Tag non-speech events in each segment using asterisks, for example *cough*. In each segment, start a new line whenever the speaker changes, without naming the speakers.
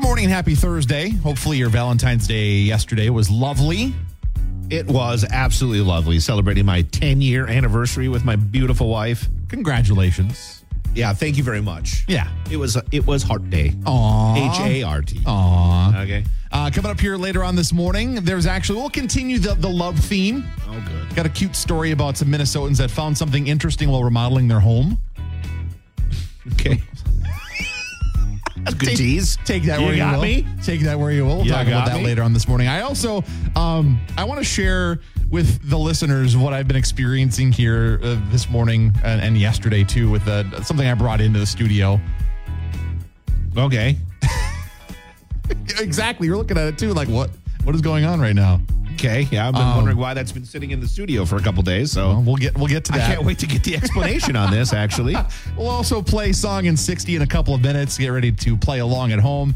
morning and happy Thursday. Hopefully, your Valentine's Day yesterday was lovely.
It was absolutely lovely celebrating my 10 year anniversary with my beautiful wife.
Congratulations.
Yeah, thank you very much.
Yeah.
It was it was Heart Day. H
Aw.
A R T.
Aw.
Okay.
Uh, coming up here later on this morning, there's actually, we'll continue the, the love theme.
Oh good.
Got a cute story about some Minnesotans that found something interesting while remodeling their home.
*laughs* Okay. That's good tease.
Take that
You
where
got
you will.
me?
Take that where you will. We'll
You
talk about
got
that
me?
later on this morning. I also um, I want to share with the listeners what I've been experiencing here uh, this morning and, and yesterday too with uh, something I brought into the studio.
Okay.
*laughs* Exactly, you're looking at it too. Like what what is going on right now?
Okay. Yeah, I've been
Um,
wondering why that's been sitting in the studio for a couple days. So
Well, we'll get we'll get to
I
that.
can't wait to get the explanation on this. Actually,
*laughs* We'll also play song in 60 in a couple of minutes. Get ready to play along at home.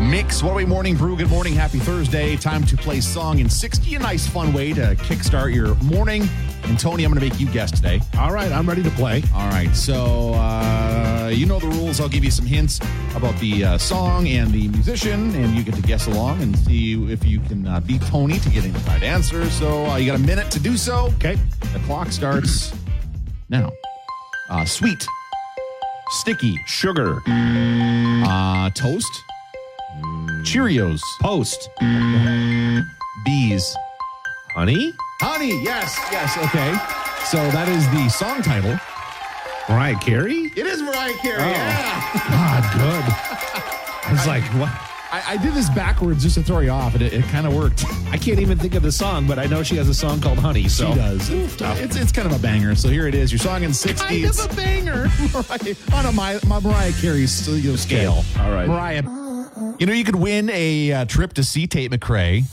Mix what are we morning brew. Good morning, happy Thursday. Time to play song in 60. A nice fun way to kickstart your morning. And Tony, I'm going to make you guess today.
*laughs* all right, I'm ready to play.
All right, so uh, you know the rules. I'll give you some hints about the uh, song and the musician, and you get to guess along and see if you can uh, beat Tony to get in the right answer. So uh, you got a minute to do so.
Okay.
The clock starts now. Uh, sweet, sticky,
Sugar
uh, toast, Cheerios,
post
bees,
honey.
honey. Yes, yes. Okay. So that is the song title.
Mariah Carey.
It is Mariah Carey.
yeah. Oh. *laughs* Ah, good. I was like, what?
I, I did this backwards just to throw you off, and it, it kind of worked.
I can't even think of the song, but I know she has a song called Honey. So
She does. It's, it's kind of a banger. So here it is. Your song in 60s.
a banger.
Mariah, *laughs* on a my, my Mariah Carey s- you know, scale.
Okay. All right. Uh-uh.
Mariah. You know, you could win a uh, trip to see Tate McRae.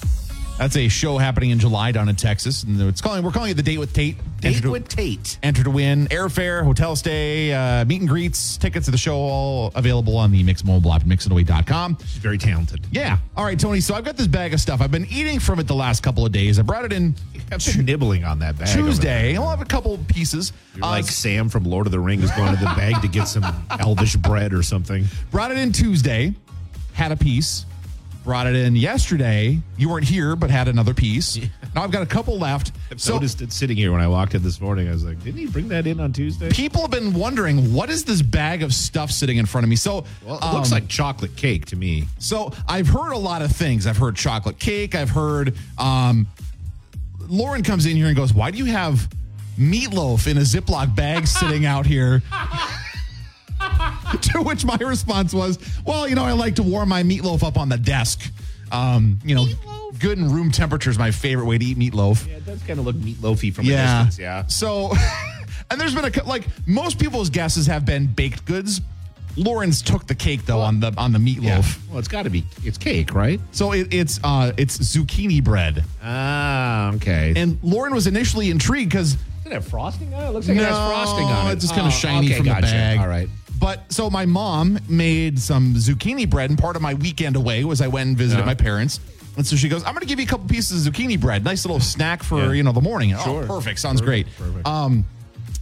That's a show happening in July down in Texas, and it's calling. We're calling it the Date with Tate. Enter
Date
to-
with Tate.
Enter to win airfare, hotel stay, uh, meet and greets, tickets to the show, all available on the Mix Mobile app, mixitaway.com.
She's very talented.
Yeah. All right, Tony. So I've got this bag of stuff. I've been eating from it the last couple of days. I brought it in
I've been nibbling on that bag. over there.
Tuesday. I'll have a couple pieces.
You're
Uh,
like Sam from Lord of the Rings going to the bag to get some *laughs* elvish bread or something.
Uh, Brought it in Tuesday, had a piece. Brought it in yesterday. You weren't here, but had another piece. Now I've got a couple left.
I've
So
noticed it sitting here when I walked in this morning. I was like, didn't he bring that in on Tuesday?
people have been wondering what is this bag of stuff sitting in front of me. So
Well, it
um,
looks like chocolate cake to me.
So I've heard a lot of things. I've heard chocolate cake. I've heard um, Lauren comes in here and goes, "Why do you have meatloaf in a Ziploc bag sitting out here?" *laughs* to which my response was, "Well, you know, I like to warm my meatloaf up on the desk. Um, you know, good and room temperature is my favorite way to eat meatloaf."
Yeah, it does kind of look meatloafy from
Yeah.
a distance. Yeah.
So, *laughs* and there's been a cou- like most people's guesses have been baked goods. Lauren's took the cake though on the on the meatloaf.
Yeah. Well, it's got to be. It's cake, right?
So it, it's uh, it's zucchini bread.
Ah, okay. And
And Lauren was initially intrigued because
does it have frosting on it? It looks like it has frosting on it.
It's just kind
Oh,
of shiny
okay,
from
gotcha.
the bag.
All right.
But so my mom made some zucchini bread, and part of my weekend away was I went and visited
Yeah.
my parents. And so she goes, "I'm going to give you a couple pieces of zucchini bread, nice little snack for
Yeah.
you know the morning."
Sure.
Oh, perfect, sounds
Perfect,
great.
perfect.
Um,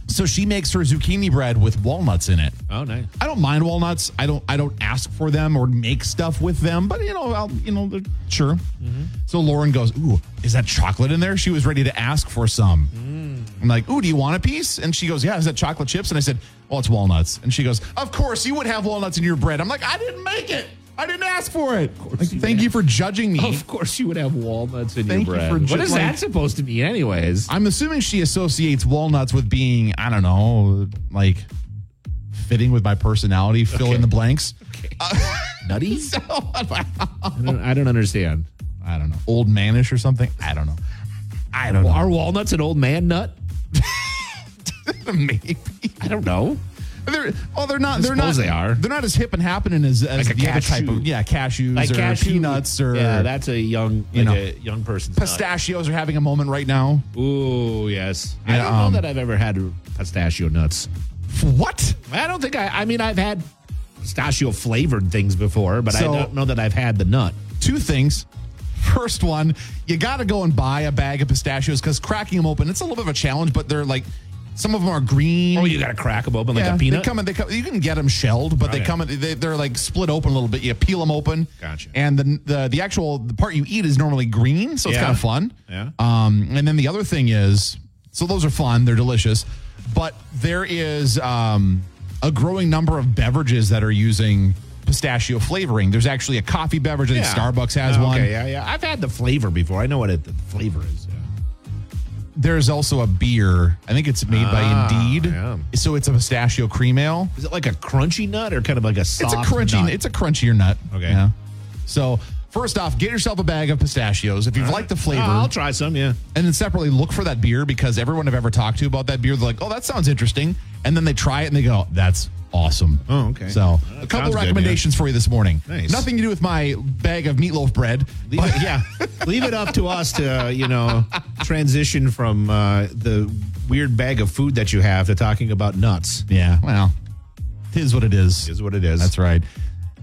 so she makes her zucchini bread with walnuts in it.
Oh, nice.
I don't mind walnuts. I don't. I don't ask for them or make stuff with them. But you know, I'll, you know, they're- sure.
Mm-hmm.
So Lauren goes, "Ooh, is that chocolate in there?" She was ready to ask for some.
Mm.
I'm like, "Ooh, do you want a piece?" And she goes, "Yeah." Is that chocolate chips? And I said, "Well, it's walnuts." And she goes, "Of course, you would have walnuts in your bread." I'm like, "I didn't make it. I didn't ask for it." Like,
you
thank you for judging me.
Of course, you would have walnuts in
Thank you
your bread.
for
what
ju-
is
like-
that supposed to be, anyways?
I'm assuming she associates walnuts with being, I don't know, like fitting with my personality. Fill
Okay.
in the blanks.
Nutty? *laughs* I, don't, I don't understand.
I don't know, old manish or something. I don't know. I don't
Are walnuts an old man nut?
know. *laughs* Maybe.
I don't know.
They're, well, they're not. They're not.
suppose they are.
They're not as hip and happening as, as
Like a
the other
cashew.
type of yeah cashews or
cashew-
peanuts or
yeah, that's a young, like
know.
a young person.
pistachios are having a moment right now.
Ooh, yes. I
Yeah,
don't
um,
know that I've ever had pistachio nuts.
What?
I don't think I. I mean, I've had pistachio flavored things before, but
So-
I don't know that I've had the nut.
Two things. First one, you got to go and buy a bag of pistachios because cracking them open, it's a little bit of a challenge, but they're like Some of them are green.
Oh, you got to crack them open like
Yeah,
a peanut.
They come in, they come, you can get them shelled, but they
yeah.
come in, they, they're like split open a little bit. You peel them open.
Gotcha.
And the, the, the actual the part you eat is normally green, so it's
Yeah.
kind of fun.
Yeah.
Um, and then the other thing is so those are fun, they're delicious, but there is um, a growing number of beverages that are using pistachio flavoring. There's actually a coffee beverage, I think
Yeah.
Starbucks has
Oh,
one.
Okay, yeah, yeah. I've had the flavor before. I know what it, the flavor is. Yeah.
There's also a beer. I think it's made
Ah,
by Indeed.
yeah.
So it's a pistachio cream ale.
Is it like a crunchy nut or kind of like a soft?
It's a crunchy.
nut?
It's a crunchier nut.
Okay.
Yeah. So first off, get yourself a bag of pistachios if you've liked the flavor,
Oh, I'll try some. Yeah.
and then separately look for that beer because everyone I've ever talked to about that beer, they're like, "Oh, that sounds interesting," and then they try it and they go, "That's awesome."
Oh, okay.
So
That
a couple
sounds good,
recommendations for you this morning.
Nice.
Nothing to do with my bag of meatloaf bread.
Leave it, yeah, leave it up to us to uh, you know transition from uh, the weird bag of food that you have to talking about nuts.
Yeah. Well, it is what it is.
Is what it is.
That's right.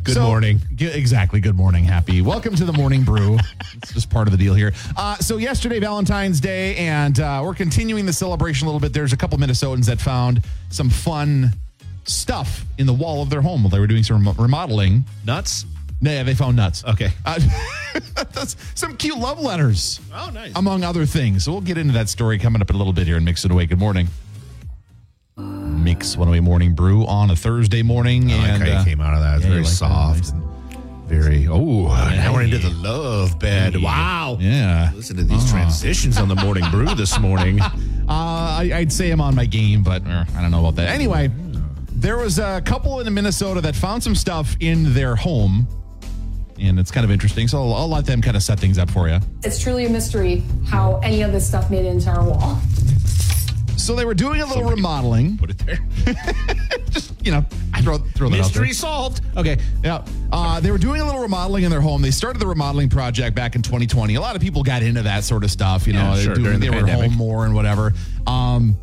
Good morning.
g- exactly. Good morning. Happy. Welcome to the morning
*laughs*
brew. it's just part of the deal here. Uh, so yesterday, Valentine's Day, and uh, we're continuing the celebration a little bit. There's a couple Minnesotans that found some fun stuff in the wall of their home while they were doing some remo- remodeling.
nuts.
Yeah, they found nuts.
Okay.
Uh, *laughs* that's some cute love letters.
Oh, nice.
Among other things. So we'll get into that story coming up in a little bit here in Mix It Away. Good morning. Mix One Away Morning Brew on a Thursday morning.
I like
and
how you
uh,
came out of that. It's
yeah,
very
you like that.
soft.
Nice.
Very. Oh, now we're into the love bed. Wow.
Yeah. Oh.
Listen to these transitions on the morning brew this morning.
*laughs* Uh, I, I'd say I'm on my game, but uh, I don't know about that. Anyway, there was a couple in Minnesota that found some stuff in their home, and it's kind of interesting. So I'll, I'll let them kind of set things up for you.
It's truly a mystery how any of this stuff made it into our wall.
So they were doing a little remodeling.
Put it there.
You know, I throw throw that out there.
Mystery solved.
Okay. Yeah. Uh, they were doing a little remodeling in their home. They started the remodeling project back in 2020. A lot of people got into that sort of stuff, you
Yeah,
know,
sure,
doing-
during the
they were
pandemic.
home more and whatever. Um,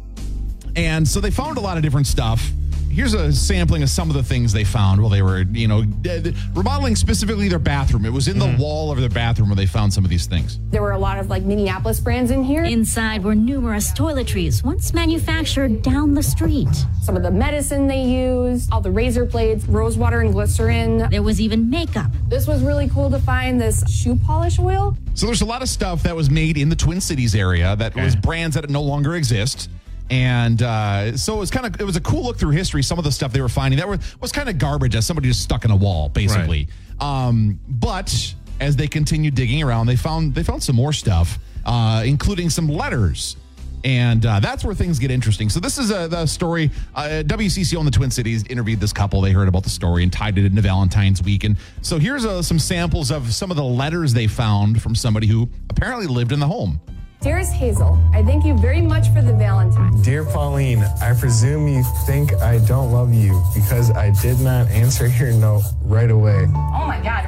and so they found a lot of different stuff. Here's a sampling of some of the things they found while they were, you know, d- d- remodeling specifically their bathroom. It was in
Mm-hmm.
the wall of their bathroom where they found some of these things.
There were a lot of like Minneapolis brands in here.
Inside were numerous toiletries, once manufactured down the street.
Some of the medicine they used, all the razor blades, rose water and glycerin.
There was even makeup.
This was really cool to find this shoe polish oil.
So there's a lot of stuff that was made in the Twin Cities area that was brands that no longer exist. And uh, so it was kind of it was a cool look through history. Some of the stuff they were finding that were, was kind of garbage as somebody just stuck in a wall, basically. Um, but as they continued digging around, they found they found some more stuff, uh, including some letters. And uh, that's where things get interesting. So this is a the story. Uh, WCCO in the Twin Cities interviewed this couple. They heard about the story and tied it into Valentine's Week. And so here's uh, some samples of some of the letters they found from somebody who apparently lived in the home.
Dearest Hazel, I thank you very much for the Valentine.
Dear Pauline, I presume you think I don't love you because I did not answer your note right away.
Oh my God.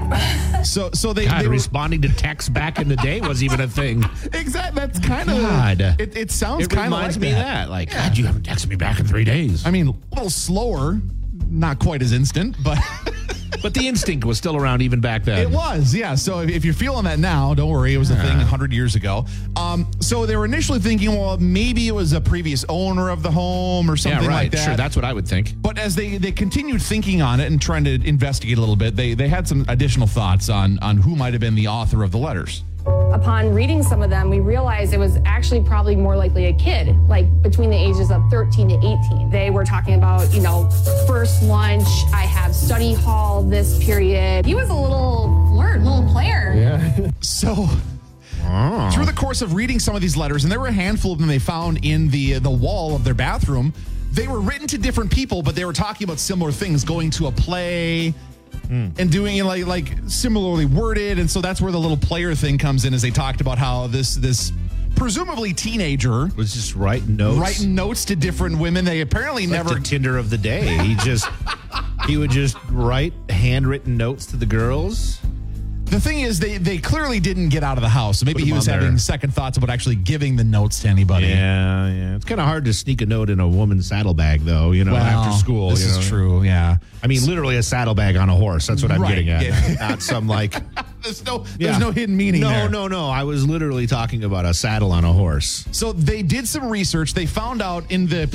*laughs*
So so they,
God,
they were-
responding to texts back in the day was even a
*laughs*
thing.
exact. That's kind
God.
of it. It sounds
It
kind of
reminds
like
me of that. Like, God, you haven't texted me back in three days.
I mean, a little slower, not quite as instant, but *laughs*
but the instinct was still around even back then.
It was, yeah. So if, if you're feeling that now, don't worry. It was a thing 100 years ago. Um, so they were initially thinking, well, maybe it was a previous owner of the home or
Yeah,
something
right.
like that.
Sure, that's what I would think.
but as they, they continued thinking on it and trying to investigate a little bit, they, they had some additional thoughts on, on who might have been the author of the letters.
Upon reading some of them, we realized it was actually probably more likely a kid, like between the ages of 13 to 18. They were talking about, you know, first lunch, I have study hall this period. He was a little flirt, little player.
So
Ah.
through the course of reading some of these letters, and there were a handful of them they found in the uh, the wall of their bathroom, they were written to different people, but they were talking about similar things, going to a play
Hmm.
and doing it like like similarly worded. And so that's where the little player thing comes in as they talked about how this this presumably teenager
Was just writing notes.
writing notes to different women they apparently
like
never
the Tinder of the day. He just he would just write handwritten notes to the girls.
The thing is, they they clearly didn't get out of the house. So maybe
Put
he
them
was
on
having
there.
second thoughts about actually giving the notes to anybody.
Yeah, yeah. It's kind of hard to sneak a note in a woman's saddlebag, though. You know, after school.
This
you
is
know?
true. Yeah.
I mean, literally a saddlebag on a horse. That's what I'm
Right,
getting at.
yeah.
*laughs* Not some like.
There's no
Yeah.
there's no hidden meaning.
No,
there.
no, no. I was literally talking about a saddle on a horse.
So they did some research. They found out in the *laughs*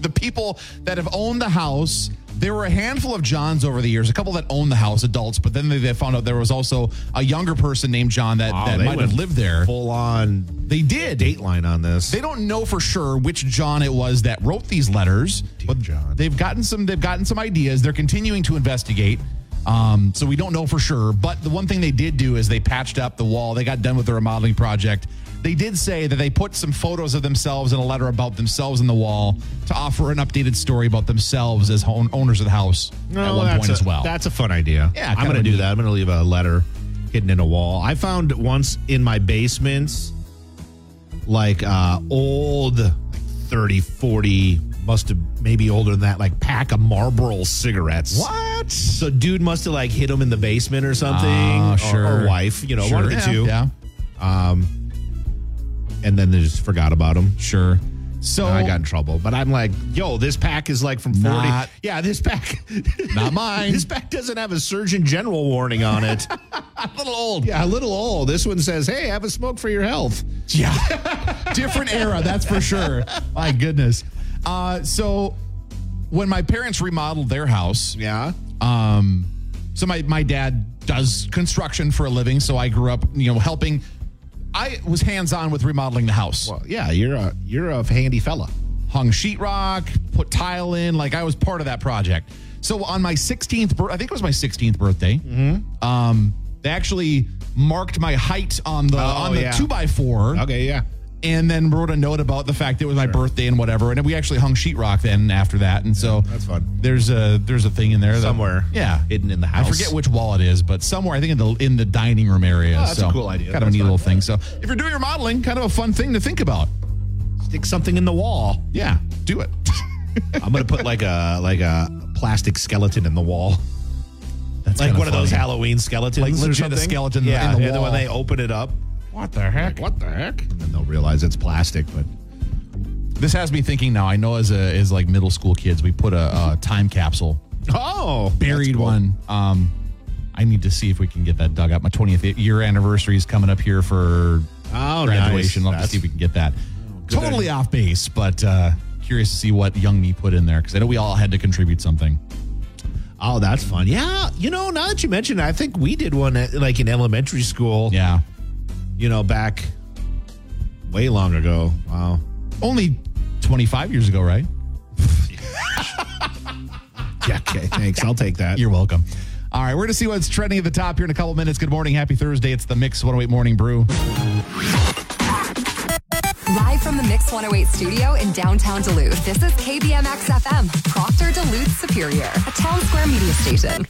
the people that have owned the house. There were a handful of Johns over the years, a couple that owned the house, adults, but then they, they found out there was also a younger person named John that,
Wow,
that
they
might have
went
lived there.
Full on
They did.
dateline on this.
They don't know for sure which John it was that wrote these letters, but
John.
they've gotten some they've gotten some ideas. They're continuing to investigate. Um, so we don't know for sure, but the one thing they did do is they patched up the wall. They got done with the remodeling project. They did say that they put some photos of themselves and a letter about themselves in the wall to offer an updated story about themselves as hon- owners of the house at one
that's
point
a,
as well.
That's a fun idea.
Yeah,
I'm
kinda
gonna do
neat.
that. I'm gonna leave a letter hidden in a wall. I found once in my basement, like uh old, like 30, 40, must have maybe older than that, like pack of Marlboro cigarettes.
what?
So dude must have like hid them in the basement or something,
Ah,
or- or,
sure.
wife, you know, one of the
yeah,
two.
Yeah,
And then they just forgot about them.
sure. So
I got in trouble, but I'm like, yo, this pack is like from 40.
Not-
yeah, this pack, *laughs*
Not mine.
This pack doesn't have a Surgeon General warning on it. *laughs*
a little old.
Yeah, a little old. This one says, "Hey, have a smoke for your health." *laughs*
Yeah. Different era, that's for sure. My goodness. Uh, so when my parents remodeled their house,
Yeah.
um, so my, my dad does construction for a living. So I grew up, you know, helping. I was hands on with remodeling the house.
Well, yeah, you're a you're a handy fella.
Hung sheetrock, put tile in. Like I was part of that project. So on my 16th, bir- I think it was my 16th birthday.
Mm-hmm.
Um, they actually marked my height on the on the
Oh, yeah.
two by four
Okay, yeah.
and then wrote a note about the fact that it was my birthday and whatever. And we actually hung sheetrock then after that. And so
that's fun.
There's a there's a thing in there that-
Somewhere
yeah,
hidden in the
I
house.
forget which wall it is, but somewhere I think in the in the dining room area.
Oh, that's a
so
cool idea.
Kind of a
That's
neat
fun.
little thing. So if you're doing your modeling, kind of a fun thing to think about.
Stick something in the wall.
Yeah, do it.
*laughs* I'm gonna put like a Uh, like a plastic skeleton in the wall,
That's
like
kinda
one of those
funny.
Halloween skeletons,
Like
or
legit a
something.
skeleton in the-
Yeah,
in the
and then
wall.
when they open it up,
What the heck?
what the heck? And then they'll realize it's plastic, but
This has me thinking now. I know as a as like middle school kids, we put a, uh time capsule,
oh,
buried one. Um, I need to see if we can get that dug up. My 20th year anniversary is coming up here for
Oh,
graduation. I'll have to
Nice. That's-
see if we can get that.
good
Totally
idea.
off base, but uh, curious to see what young me put in there because I know we all had to contribute something.
Oh, that's fun. Yeah, you know, now that you mention it, I think we did one at, like in elementary school.
Yeah,
you know, back way long ago. Wow.
only 25 years ago, right?
*laughs* Yeah, okay, thanks. I'll take that.
You're welcome. All right, we're going to see what's trending at the top here in a couple minutes. Good morning. Happy Thursday. It's the Mix 108 Morning Brew.
Live from the Mix 108 studio in downtown Duluth, this is KBMX FM, Proctor Duluth Superior, a town square media station.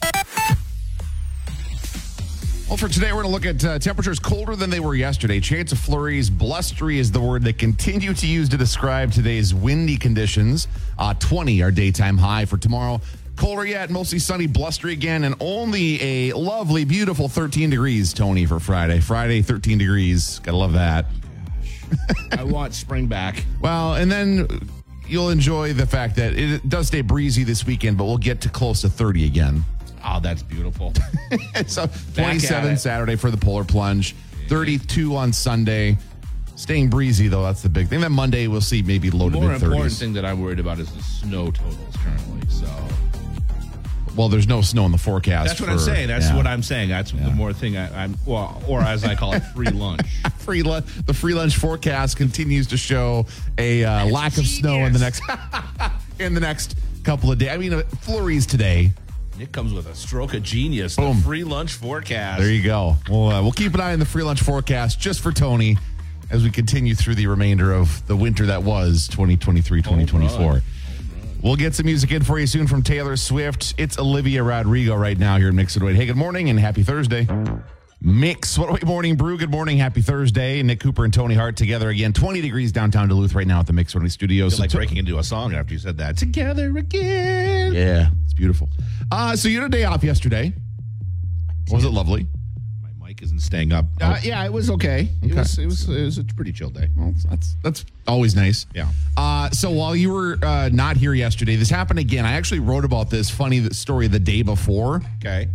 Well, for today, we're going to look at uh, temperatures colder than they were yesterday. Chance of flurries, blustery is the word they continue to use to describe today's windy conditions. Uh, 20 our daytime high for tomorrow. Colder yet, mostly sunny, blustery again, and only a lovely, beautiful 13 degrees, Tony, for Friday. Friday, 13 degrees. Gotta love that.
I want spring back.
Well, and then you'll enjoy the fact that it does stay breezy this weekend, but we'll get to close to 30 again.
Oh,
*laughs*
that's beautiful.
so
at
27
it.
Saturday for the polar plunge, 32 on Sunday. Staying breezy though, that's the big thing. Then Monday we'll see maybe low to
more
mid
important
30s.
thing that I'm worried about is the snow totals currently. So
Well, there's no snow in the forecast.
that's what I'm
for-
saying. That's
yeah.
what I'm saying. That's the more thing I, I'm, well, or as I call it,
*laughs*
free lunch.
*laughs* Free lu- the free lunch forecast continues to show a uh, lack of snow in the next *laughs* in the next couple of days. I mean, uh, flurries today.
It comes with a stroke of genius.
Boom.
The free lunch forecast.
There you go. We'll uh, we'll keep an eye on the free lunch forecast just for Tony as we continue through the remainder of the winter that was 2023 2024. We'll get some music in for you soon from Taylor Swift. It's Olivia Rodrigo right now here in Mix It Away. Hey, good morning and happy Thursday. Mix. What wait, morning brew? Good morning. Happy Thursday. Nick Cooper and Tony Hart together again. 20 degrees downtown Duluth right now at the Mix One Studios. So
like
to-
breaking into a song after you said
*laughs*
that. Together again.
yeah, it's beautiful. Uh, so you had a day off yesterday. Was it lovely?
break isn't staying up. Oh,
Uh, yeah, it was okay. It was it was it was a pretty chill day. Well, that's that's always nice.
Yeah.
Uh, so while you were uh, not here yesterday, this happened again. I actually wrote about this funny th- story the day before,
Okay.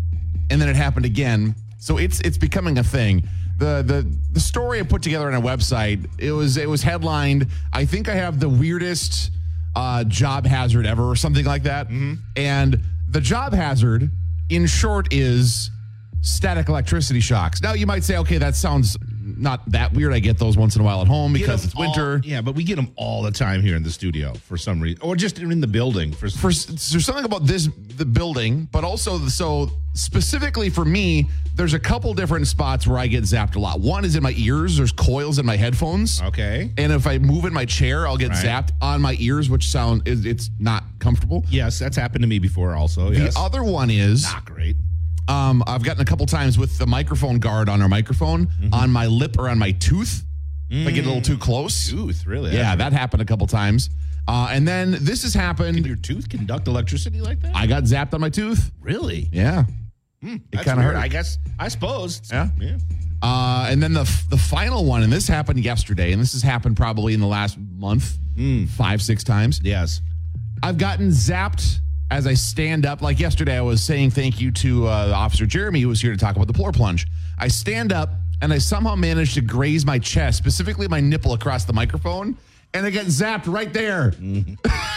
and then it happened again. So it's it's becoming a thing. The the the story I put together on a website. It was it was headlined. I think I have the weirdest uh, job hazard ever, or something like that.
Mm-hmm.
And the job hazard, in short, is static electricity shocks. Now you might say, okay, that sounds not that weird. I get those once in a while at home
Get 'em
because it's winter.
all- yeah, but we get them all the time here in the studio for some reason, or just in the building for.
for there's something about this the building, but also so specifically for me, there's a couple different spots where I get zapped a lot. One is in my ears. There's coils in my headphones.
okay.
And if I move in my chair, I'll get
Right.
zapped on my ears, which sound is it's not comfortable.
Yes, that's happened to me before. Also, yes.
The other one is
not great.
um, I've gotten a couple times with the microphone guard on our microphone
Mm-hmm.
on my lip or on my tooth. If I get a little
Mm.
too close.
Tooth, really?
Yeah, that happened a couple times. Uh, and then this has happened.
your tooth conduct electricity like that?
I got zapped on my tooth.
really?
Yeah.
It
kinda hurt.
Hmm, I guess. I suppose.
Yeah. Uh, and then the the final one, and this happened yesterday, and this has happened probably in the last month,
Hmm.
five six times.
Yes.
I've gotten zapped as I stand up. Like yesterday, I was saying thank you to uh, Officer Jeremy, who was here to talk about the floor plunge. I stand up and I somehow managed to graze my chest, specifically my nipple across the microphone, and I get zapped right there.
Mm-hmm. *laughs*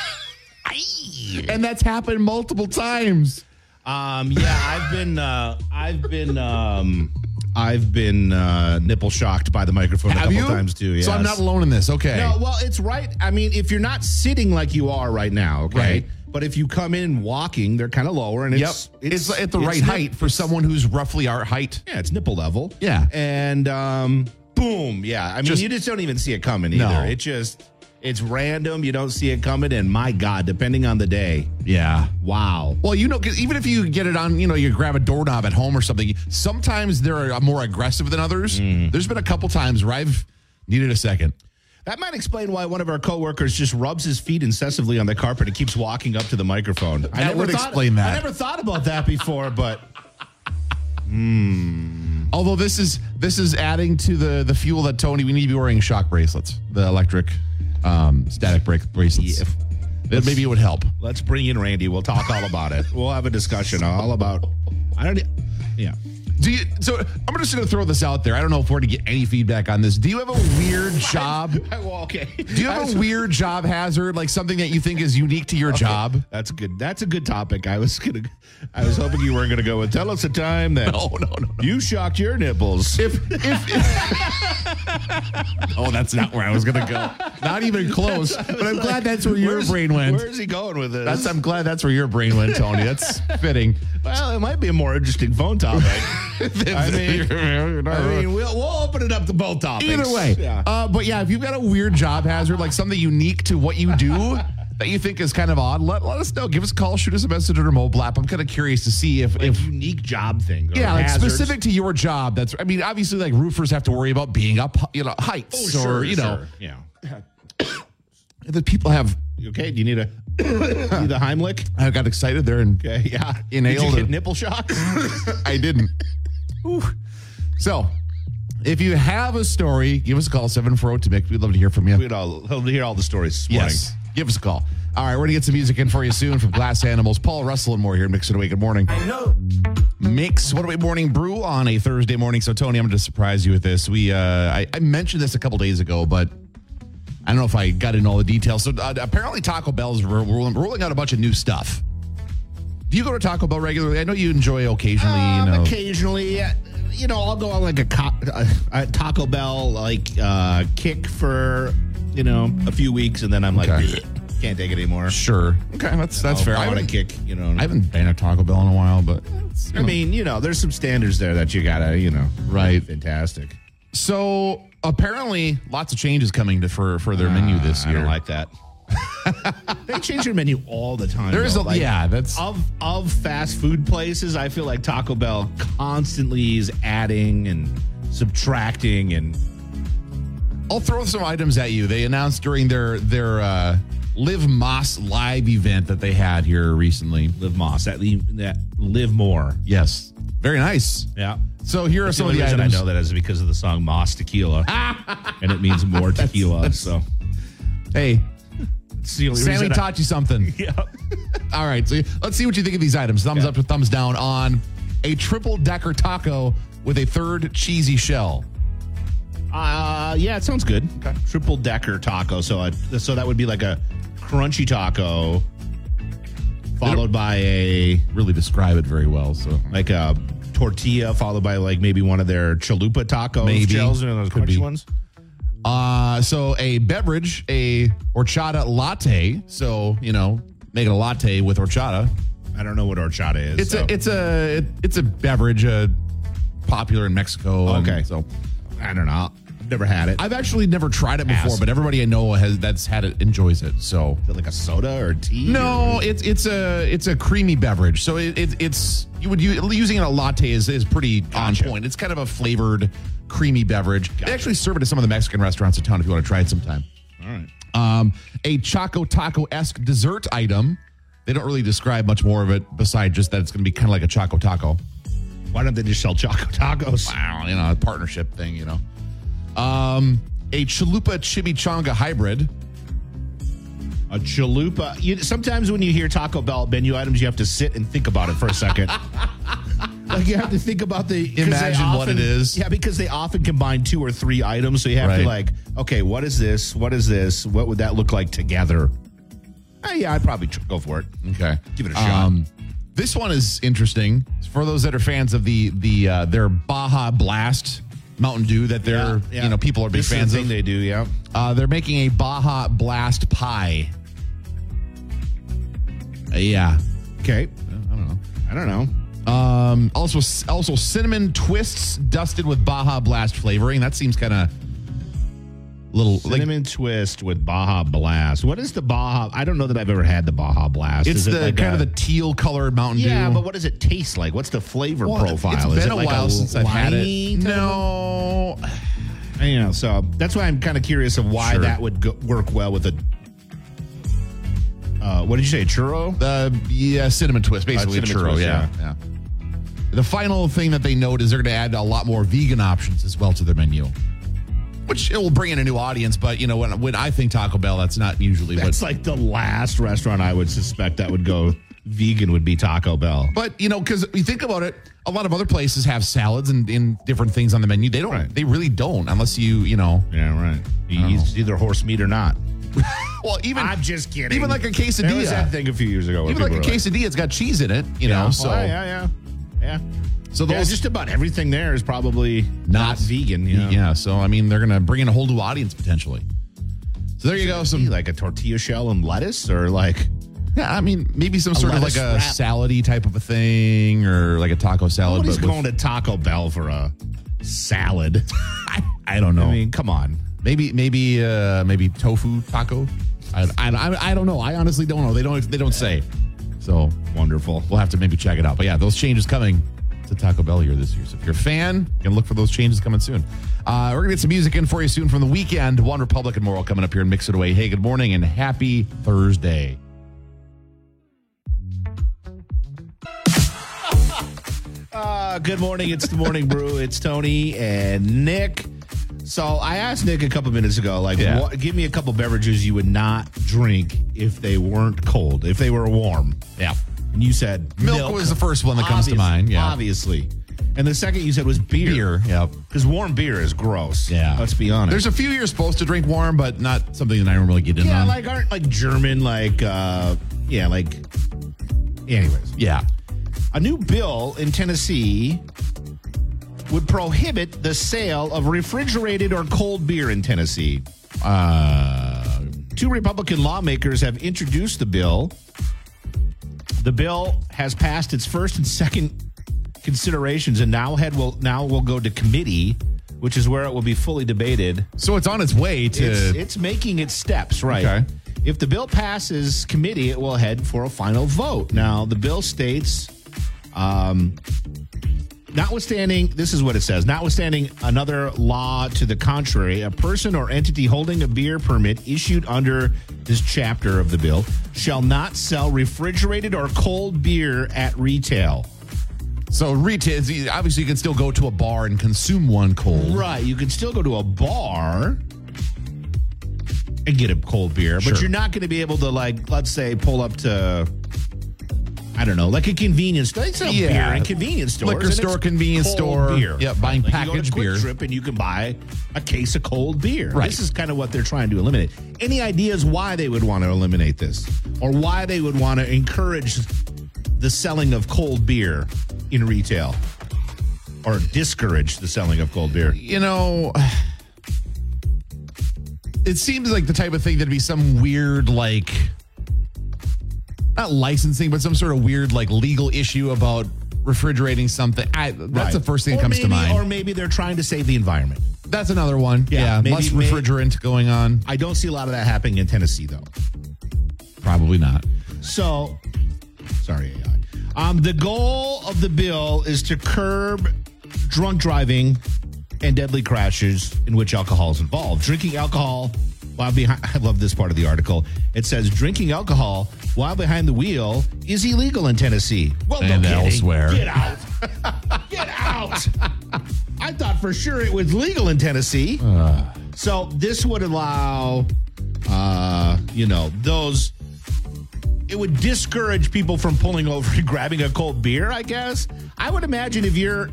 and that's happened multiple times.
Um, yeah, I've been, uh, I've been, um, I've been uh, nipple shocked by the microphone a
Have
couple
you?
times too. Yes.
So I'm not alone in this. Okay.
No, well, it's right. I mean, if you're not sitting like you are right now, okay.
Right.
But if you come in walking, they're kind of lower, and
Yep.
it's
It's, at the right
nip-
height for someone who's roughly our height.
Yeah, it's nipple level.
Yeah.
and um, boom. Yeah, I mean,
Just-
you just don't even see it coming either.
No.
It just it's random. You don't see it coming, and my God, depending on the day,
Yeah.
wow.
Well, you know, 'cause even if you get it on, you know, you grab a doorknob at home or something, sometimes they're uh, more aggressive than others. There's been a couple times where I've needed a second.
That might explain why one of our coworkers just rubs his feet incessantly on the carpet and keeps walking up to the microphone.
That
I never
would
thought-
explain that.
I never thought about that before, but
Although this is this is adding to the the fuel that Tony we need to be wearing shock bracelets, the electric um static brake bracelets. That maybe it would help.
let's bring in Randy. We'll talk all about it. We'll have a discussion all about. I don't. e- Yeah.
Do you so I'm just gonna throw this out there. I don't know if we're to get any feedback on this. Do you have a *laughs* weird job?
Well, okay.
Do you have a weird job hazard, like something that you think is unique to your job?
That's good. That's a good topic. I was gonna. I was hoping you weren't gonna go with. Tell us a time that.
No, no, no, no.
You shocked your nipples.
If, if, *laughs* oh, that's not where I was gonna go. Not even close. *laughs* But I'm glad that's where your
Where's-
brain went.
Where's he going with this?
That's I'm glad that's where your brain went, Tony. That's *laughs* fitting.
well, it might be a more interesting
*laughs*
phone topic. I mean, I mean we'll, we'll open it up to both topics.
Either way,
Yeah.
uh, but yeah, if you've got a weird job hazard, like something unique to what you do that you think is kind of odd, let, let us know. Give us a call, shoot us a message on our mobile app. I'm kind of curious to see if if
unique job thing.
yeah, like
hazards.
specific to your job. That's I mean, obviously, like roofers have to worry about being up, you know, heights
Oh,
or
sure,
you know,
sure. Yeah.
the people have.
You Okay. Do you need a *coughs* need a Heimlich?
I got excited there and
Okay. Yeah. Did
*laughs* Inhaled
you
it.
get nipple shocks?
*laughs* I didn't. Ooh. So, if you have a story, give us a call oh, 740 to make. E We'd love to hear from you.
We'd all we'll hear all the stories this morning.
Yes. Give us a call. All right, we're going to get some music in for you soon from Glass Animals. Paul Russell and more here. Mix it away. Good morning. I know. Mix what away morning brew on a Thursday morning. So, Tony, I'm going to surprise you with this. We, uh, I, I mentioned this a couple days ago, but I don't know if I got in all the details. So, uh, apparently, Taco Bell's ru- ruling, rolling out a bunch of new stuff. Do you go to Taco Bell regularly? I know you enjoy occasionally.
Um,
you know.
Occasionally, uh, you know, I'll go on like a, co- a, a Taco Bell like uh, kick for you know a few weeks, and then I'm like,
Okay.
"Bleh, can't take it anymore.
Sure. Okay, that's that's
I'll
fair.
go
I
on a
haven't,
kick, you know.
I haven't been at Taco Bell in a while, but it's, you
I
know.
mean, you know, there's some standards there that you gotta, you know,
Right.
Fantastic.
so apparently lots of changes coming to for for their menu this
Ah, uh, I
year.
don't
*laughs*
like that. they change their menu all the time.
There is a
though. Like,
yeah, that's
Of of fast food places, I feel like Taco Bell constantly is adding and subtracting and
I'll throw some items at you. They announced during their their uh Live Moss live event that they had here recently.
Live Moss. That leave that live more.
Yes, very nice.
Yeah.
So here are
That's
some of the
reason
items.
I know that is because of the song Moss
*laughs*
Tequila, and it means more tequila. so
Hey,
it's the only
Sammy
reason I-
taught you
*laughs*
something.
Yeah.
*laughs* All right, so let's see what you think of these items. Thumbs
Yeah.
up to thumbs down on a triple decker taco with a third cheesy shell.
Uh, yeah, it sounds good. Triple decker taco. So I, so that would be like a crunchy taco, followed by a
Really describe it very well. So
like a tortilla, followed by like maybe one of their chalupa tacos,
Maybe.
shells, you know, those
Could
crunchy
be.
ones.
Uh, so a beverage, a horchata latte. So you know, make it a latte with horchata.
I don't know what horchata is.
It's
so.
a it's a it's a beverage, uh, popular in Mexico. and
Okay.
Um, so
I don't know. I've never had it.
I've actually never tried it before,
Ass.
but everybody I know has that's had it enjoys it. So
Is it like a soda or tea?
no, it's it's a it's a creamy beverage. So it, it it's you would u- using it in a latte is is pretty on point. It's kind of a flavored creamy beverage. They actually serve it at some of the Mexican restaurants in town if you want to try it sometime.
All right.
um, a Choco Taco esque dessert item. They don't really describe much more of it besides just that it's going to be kind of like a Choco Taco.
Why don't they just sell choco tacos?
Wow, you know, a partnership thing, you know. Um, a Chalupa Chimichanga hybrid.
A chalupa. You, sometimes when you hear Taco Bell menu items, you have to sit and think about it for a *laughs* second. like you have to think about the 'cause they
Imagine what
often-
it is.
Yeah, because they often combine two or three items, so you have
Right.
to like, okay, what is this? What is this? What would that look like together? Eh, yeah, I'd probably tr- go for it.
Okay, Um,
Give it a shot.
this one is interesting for those that are fans of the the uh, their Baja Blast Mountain Dew that they're
Yeah, yeah.
you know people are big
This is the
fans
thing
of.
They do, yeah.
Uh, they're making a Baja Blast pie. Uh, yeah,
Okay,
I don't know.
I don't know.
Um, also, also cinnamon twists dusted with Baja Blast flavoring. That seems kind of little like
Cinnamon twist with Baja Blast. What is the Baja? I don't know that I've ever had the Baja Blast.
it's
Is it
the
like
kind
a-
of the teal colored Mountain
Yeah,
Dew.
but what does it taste like? What's the flavor
Well,
profile?
It's
Is
been
it
a
like
while since I've had it.
limey type
No,
of- *sighs* You know, so that's why I'm kind of curious of why
Sure.
that would go, work well with a. Uh, what did you say, churro?
uh, yeah, cinnamon twist, basically
Uh, cinnamon
churro.
twist,
yeah. yeah, The final thing that they note is they're going to add a lot more vegan options as well to their menu. Which it will bring in a new audience, but you know when when I think Taco Bell, that's not usually what
That's like the last restaurant I would suspect that would go vegan would be Taco Bell.
But you know, because you think about it, a lot of other places have salads and, and different things on the menu. They don't.
Right.
They really don't, unless you you know.
Yeah, right.
don't
You- It's either horse meat or not.
*laughs* Well, even
I'm just kidding.
Even like a
There was that
quesadilla.
thing a few years ago. where
Even like a
people were
quesadilla, it's got cheese in it. You
yeah.
know, so
Oh, yeah, yeah, yeah.
so
Yeah,
those
just about everything there is probably
Not
not, vegan. You know?
yeah. So I mean, they're gonna bring in a whole new audience potentially. So there you go. Some
like a tortilla shell and lettuce, or like
yeah, I mean, maybe some sort of like
lettuce
a
wrap.
salady type of a thing, or like a taco salad.
nobody's
but with-
going to Taco Bell for a salad. *laughs* I,
*laughs* I don't know.
mean, come on.
Maybe maybe uh, maybe tofu taco. I, I, I- I don't know. I honestly don't know. They don't they don't say. So
Wonderful.
we'll have to maybe check it out. But yeah, those changes coming to Taco Bell here this year. So if you're a fan, you can look for those changes coming soon. Uh, we're gonna get some music in for you soon from the weekend. One Republic and more all coming up here and mix it away. Hey, good morning and happy Thursday.
Uh, good morning. It's the morning brew. It's Tony and Nick. So I asked Nick a couple minutes ago, like,
Yeah.
what, give me a couple beverages you would not drink if they weren't cold, if they were warm.
Yeah.
And you said
Milk was the first one that comes to mind, yeah.
obviously. And the second you said was beer.
Beer, yep.
Because warm beer is gross.
Yeah.
Let's be honest.
There's a few you're supposed to drink warm, but not something that I don't really get in
Yeah,
on.
like aren't like German like uh yeah, like anyways.
yeah.
A new bill in Tennessee would prohibit the sale of refrigerated or cold beer in Tennessee. Uh, two Republican lawmakers have introduced the bill. The bill has passed its first and second considerations and now head will now will go to committee, which is where it will be fully debated.
So it's on its way to
It's, it's making its steps, right?
Okay.
If the bill passes committee, it will head for a final vote. Now, the bill states um, Notwithstanding, this is what it says. Notwithstanding another law to the contrary, a person or entity holding a beer permit issued under this chapter of the bill shall not sell refrigerated or cold beer at retail.
So retail, obviously, you can still go to a bar and consume one cold.
Right. You can still go to a bar and get a cold beer,
Sure.
but you're not going to be able to, like, let's say, pull up to. I don't know, like a convenience store. They sell
Yeah.
beer in convenience stores.
Liquor
and it's
store, convenience
cold
store.
Beer.
Yeah, buying
Like, you go to
packaged
Quick
beer.
Trip and you can buy a case of cold beer.
Right.
This is kind of what they're trying to eliminate. Any ideas why they would want to eliminate this or why they would want to encourage the selling of cold beer in retail or discourage the selling of cold beer?
You know, it seems like the type of thing that'd be some weird, like, not licensing, but some sort of weird, like, legal issue about refrigerating something. I, that's
Right.
the first thing that
Or
comes to
maybe-
mind.
Or maybe they're trying to save the environment.
that's another one.
Yeah, maybe-
less
may-
refrigerant going on.
I don't see a lot of that happening in Tennessee, though.
Probably not.
So, sorry, AI. Um, the goal of the bill is to curb drunk driving and deadly crashes in which alcohol is involved. Drinking alcohol while behind, I love this part of the article. It says drinking alcohol while behind the wheel is illegal in Tennessee. Well,
And elsewhere.
Get out. *laughs* Get out. I thought for sure it was legal in Tennessee.
Ah.
So this would allow, uh, you know, those. It would discourage people from pulling *laughs* over and grabbing a cold beer. I guess I would imagine if you're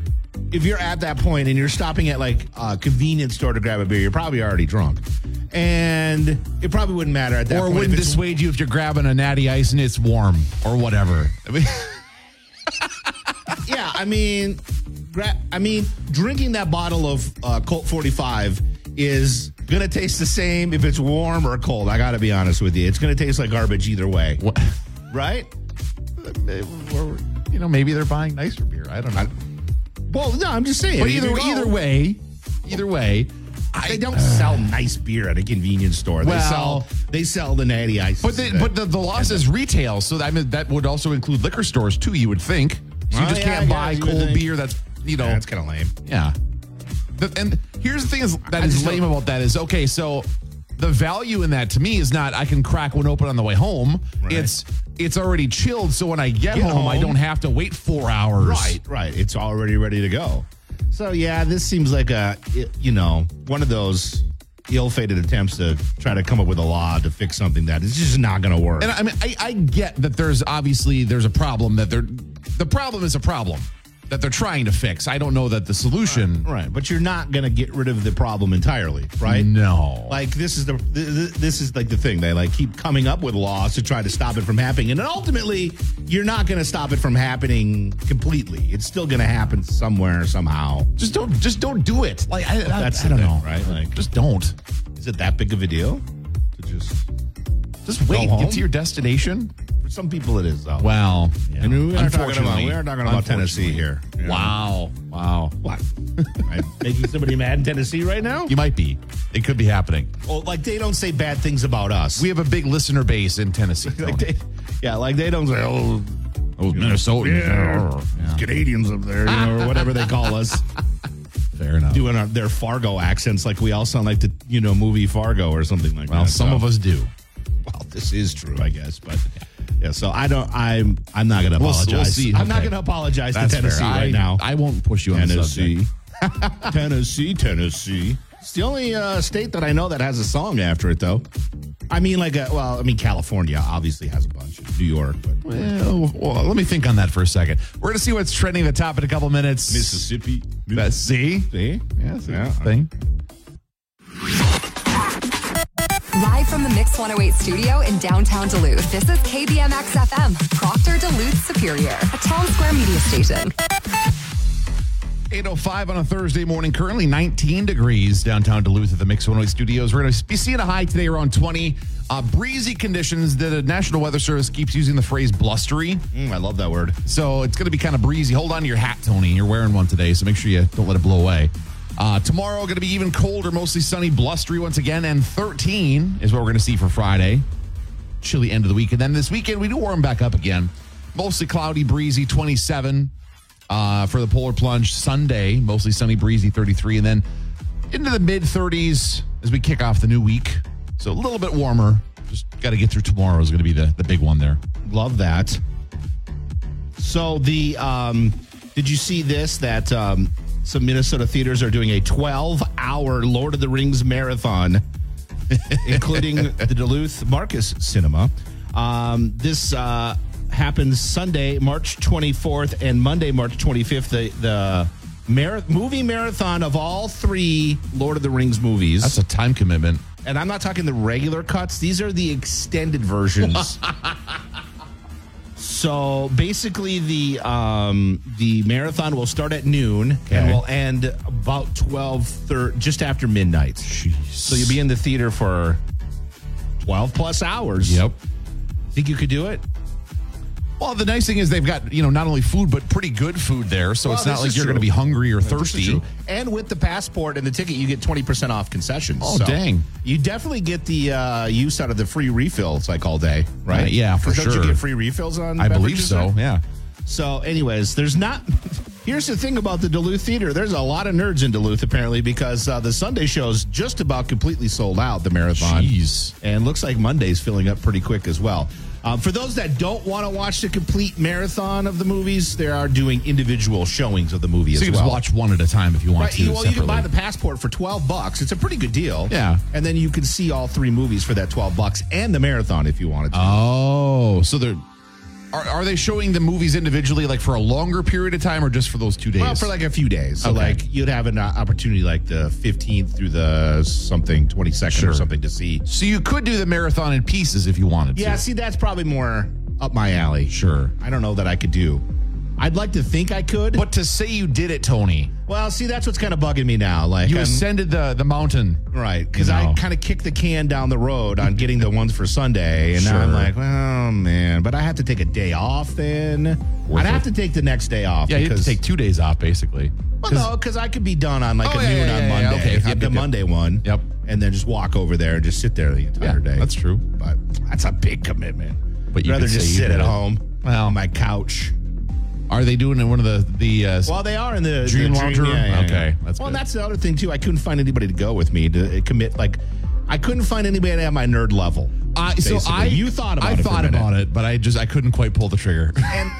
if you're at that point and you're stopping at like a convenience store to grab a beer, you're probably already drunk, and it probably wouldn't matter at that
Or
point. if
wouldn't
it's-
dissuade you if you're grabbing a natty ice and it's warm or
*laughs*
whatever. I mean,
yeah, I mean, gra- I mean, drinking that bottle of uh, Colt 45 is gonna taste the same if it's warm or cold. I gotta be honest with you, it's gonna taste like garbage either way,
what,
right?
or, you know, maybe they're buying nicer beer. I don't know.
Well, no, I'm just saying.
But either
you go-
either way, either way,
they don't sell nice beer at a convenience store. They
Well-
sell they sell the natty ice.
but the, but the, the law says retail, so I mean that would also include liquor stores too. You would think so you
Oh,
just
yeah,
can't
yeah,
buy
you would
cold
think.
beer. That's you know
that's kind of lame.
yeah. The- and here's the thing is that
I
is
just
lame
don't-
about that is okay. So the value in that to me is not I can crack one open on the way home.
Right.
It's it's already chilled, so when I get,
Get
home, I
home.
don't have to wait four hours.
Right, right. It's already ready to go. So yeah, this seems like a you know one of those ill-fated attempts to try to come up with a law to fix something that is just not going to work.
And I mean, I, I get that there's obviously there's a problem that they're the problem is a problem that they're trying to fix. I don't know that the solution.
right, but you're not going to get rid of the problem entirely, right?
No.
Like this is the th- th- this is like the thing they like keep coming up with laws to try to stop it from happening, and ultimately you're not going to stop it from happening completely. It's still going to happen somewhere somehow.
just don't just don't do it. Like I, I,
That's
I
the
don't
thing,
know.
right? Like-
just don't.
Is it that big of a deal to just?
Just wait.
home?
Get to your destination.
For some people, it is though.
Wow.
And we are talking about,
Unfortunately.
we are talking about Tennessee
Unfortunately.
here. you know?
Wow. Wow.
What? Am I making somebody mad in Tennessee right now?
You might be. It could be happening.
Oh, like they don't say bad things about us.
We have a big listener base in *laughs* Tennessee.
like they, yeah, like they don't say, oh,
Those Minnesotans.
yeah,
Yeah.
it's Canadians up there, you know, or whatever they call *laughs* us,
Fair enough.
doing our, their Fargo accents, like we all sound like the you know movie Fargo or something like that.
well, some
so-
of us do.
Well, this is true, I guess, but. Yeah, so I don't. I'm. I'm not gonna
We'll- we'll
apologize.
see.
I'm not
Okay.
gonna apologize
That's
to Tennessee
fair. I,
right now.
I won't push you on the subject.
Tennessee. *laughs* Tennessee, Tennessee. It's the only uh, state that I know that has a song after it, though. I mean, like, a, well, I mean, California obviously has a bunch. New York, but
Well, well, let me think on that for a second. We're going to see what's trending at the top in a couple minutes.
Mississippi.
That- see?
See?
Yeah, see
Yeah.
this thing.
Live from the Mix 108 studio in downtown Duluth, this is KBMX FM, Proctor Duluth Superior, a town square media station.
8.05 on a Thursday morning, currently 19 degrees downtown Duluth at the Mix One Studios. We're going to be seeing a high today around 20. Uh, breezy conditions. The National Weather Service keeps using the phrase blustery.
Mm, I love that word.
So it's going to be kind of breezy. Hold on to your hat, Tony. You're wearing one today, so make sure you don't let it blow away. Uh, tomorrow, going to be even colder, mostly sunny, blustery once again, and 13 is what we're going to see for Friday. Chilly end of the week. And then this weekend, we do warm back up again. Mostly cloudy, breezy, 27. Uh, for the polar plunge Sunday, mostly sunny, breezy, 33, and then into the mid 30s as we kick off the new week. So a little bit warmer. Just got to get through tomorrow is going to be the, the big one there.
Love that. So the um did you see this that um some Minnesota theaters are doing a 12-hour Lord of the Rings marathon *laughs* including the Duluth Marcus Cinema. Um this uh happens Sunday, March 24th and Monday, March 25th the the Marath- movie marathon of all three Lord of the Rings movies
That's a time commitment.
and I'm not talking the regular cuts. These are the extended versions. so basically, the um, the marathon will start at noon and
Okay.
will end about twelve thirty, just after midnight. So you'll be in the theater for twelve plus hours. Think you could do it?
Well, the nice thing is they've got, you know, not only food, but pretty good food there. So
Well,
it's not
this
like
is
you're
true.
going to be hungry or
This is
thirsty.
true. And with the passport and the ticket, you get 20% off concessions.
Oh, dang.
You definitely get the uh, use out of the free refills like all day, right?
Uh, yeah, for
Don't
sure.
you get free refills on
I believe
beverages
so.
there?
Yeah.
So, anyways, there's not. *laughs* Here's the thing about the Duluth Theater. There's a lot of nerds in Duluth, apparently, because uh, the Sunday show's just about completely sold out, the marathon.
Jeez.
And looks like Monday's filling up pretty quick as well. Um, for those that don't want to watch the complete marathon of the movies, they are doing individual showings of the movie
So you
as
can
well.
just watch one at a time if you want
Right,
to.
well, you can buy the
separately.
passport for 12 bucks. It's a pretty good deal.
Yeah.
And then you can see all three movies for that 12 bucks and the marathon if you wanted to.
oh, so they're. Are, are they showing the movies individually, like for a longer period of time, or just for those two days?
Well, for like a few days. So,
Okay.
like, you'd have an uh, opportunity like the 15th through the something, 22nd or
Sure.
something to see.
so you could do the marathon in pieces if you wanted
Yeah,
to.
see, that's probably more up my alley.
Sure.
I don't know that I could do. I'd like to think I could.
But to say you did it, Tony,
well, see, that's what's kind of bugging me now. Like,
you
I'm-
ascended the the mountain.
Right, because
No.
I kind of kicked the can down the road on getting the ones for Sunday, and now I'm
Sure.
like, oh man, but I have to take a day off then. I'd
it.
have to take the next day off.
Yeah, you have to
because-
take two days off, basically.
Well, no, because I could be done on like
Oh,
a
yeah,
noon
yeah,
on
yeah, yeah,
Monday.
okay.
Have
Yep, yep,
the
yep.
Monday one.
Yep.
and then just walk over there and just sit there the entire
Yeah,
day.
that's true.
but that's a big commitment.
But you
rather
could say
just
you
sit
did
at
it.
home
Well.
on my couch.
Are they doing it in one of the the uh,
Well, they are in the
Dream
the
Launcher?
yeah, yeah,
Okay,
yeah.
that's
well,
good.
that's the other thing too. I couldn't find anybody to go with me to uh, commit. Like, I couldn't find anybody at my nerd level.
I, so
basically.
I
you thought about
I
it for a
thought
minute.
about it, but I just I couldn't quite pull the trigger. *laughs*
And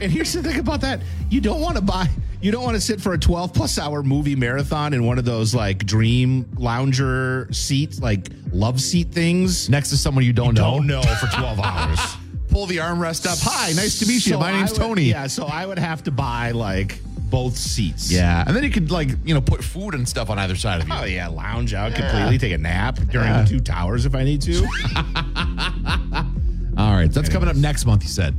and here's the thing about that: you don't want to buy, you don't want to sit for a 12 plus hour movie marathon in one of those like dream lounger seats, like love seat things.
Next to someone you don't know,
Don't *laughs* know for 12 hours.
pull the armrest up. Hi, nice to meet you.
So
My
I
name's
would-
Tony.
Yeah, so I would have to buy like both seats.
Yeah, and then you could like you know put food and stuff on either side of you.
Oh yeah, lounge out completely, take a nap during
Yeah.
the two towers if I need to.
All right, so that's coming up next month. You said.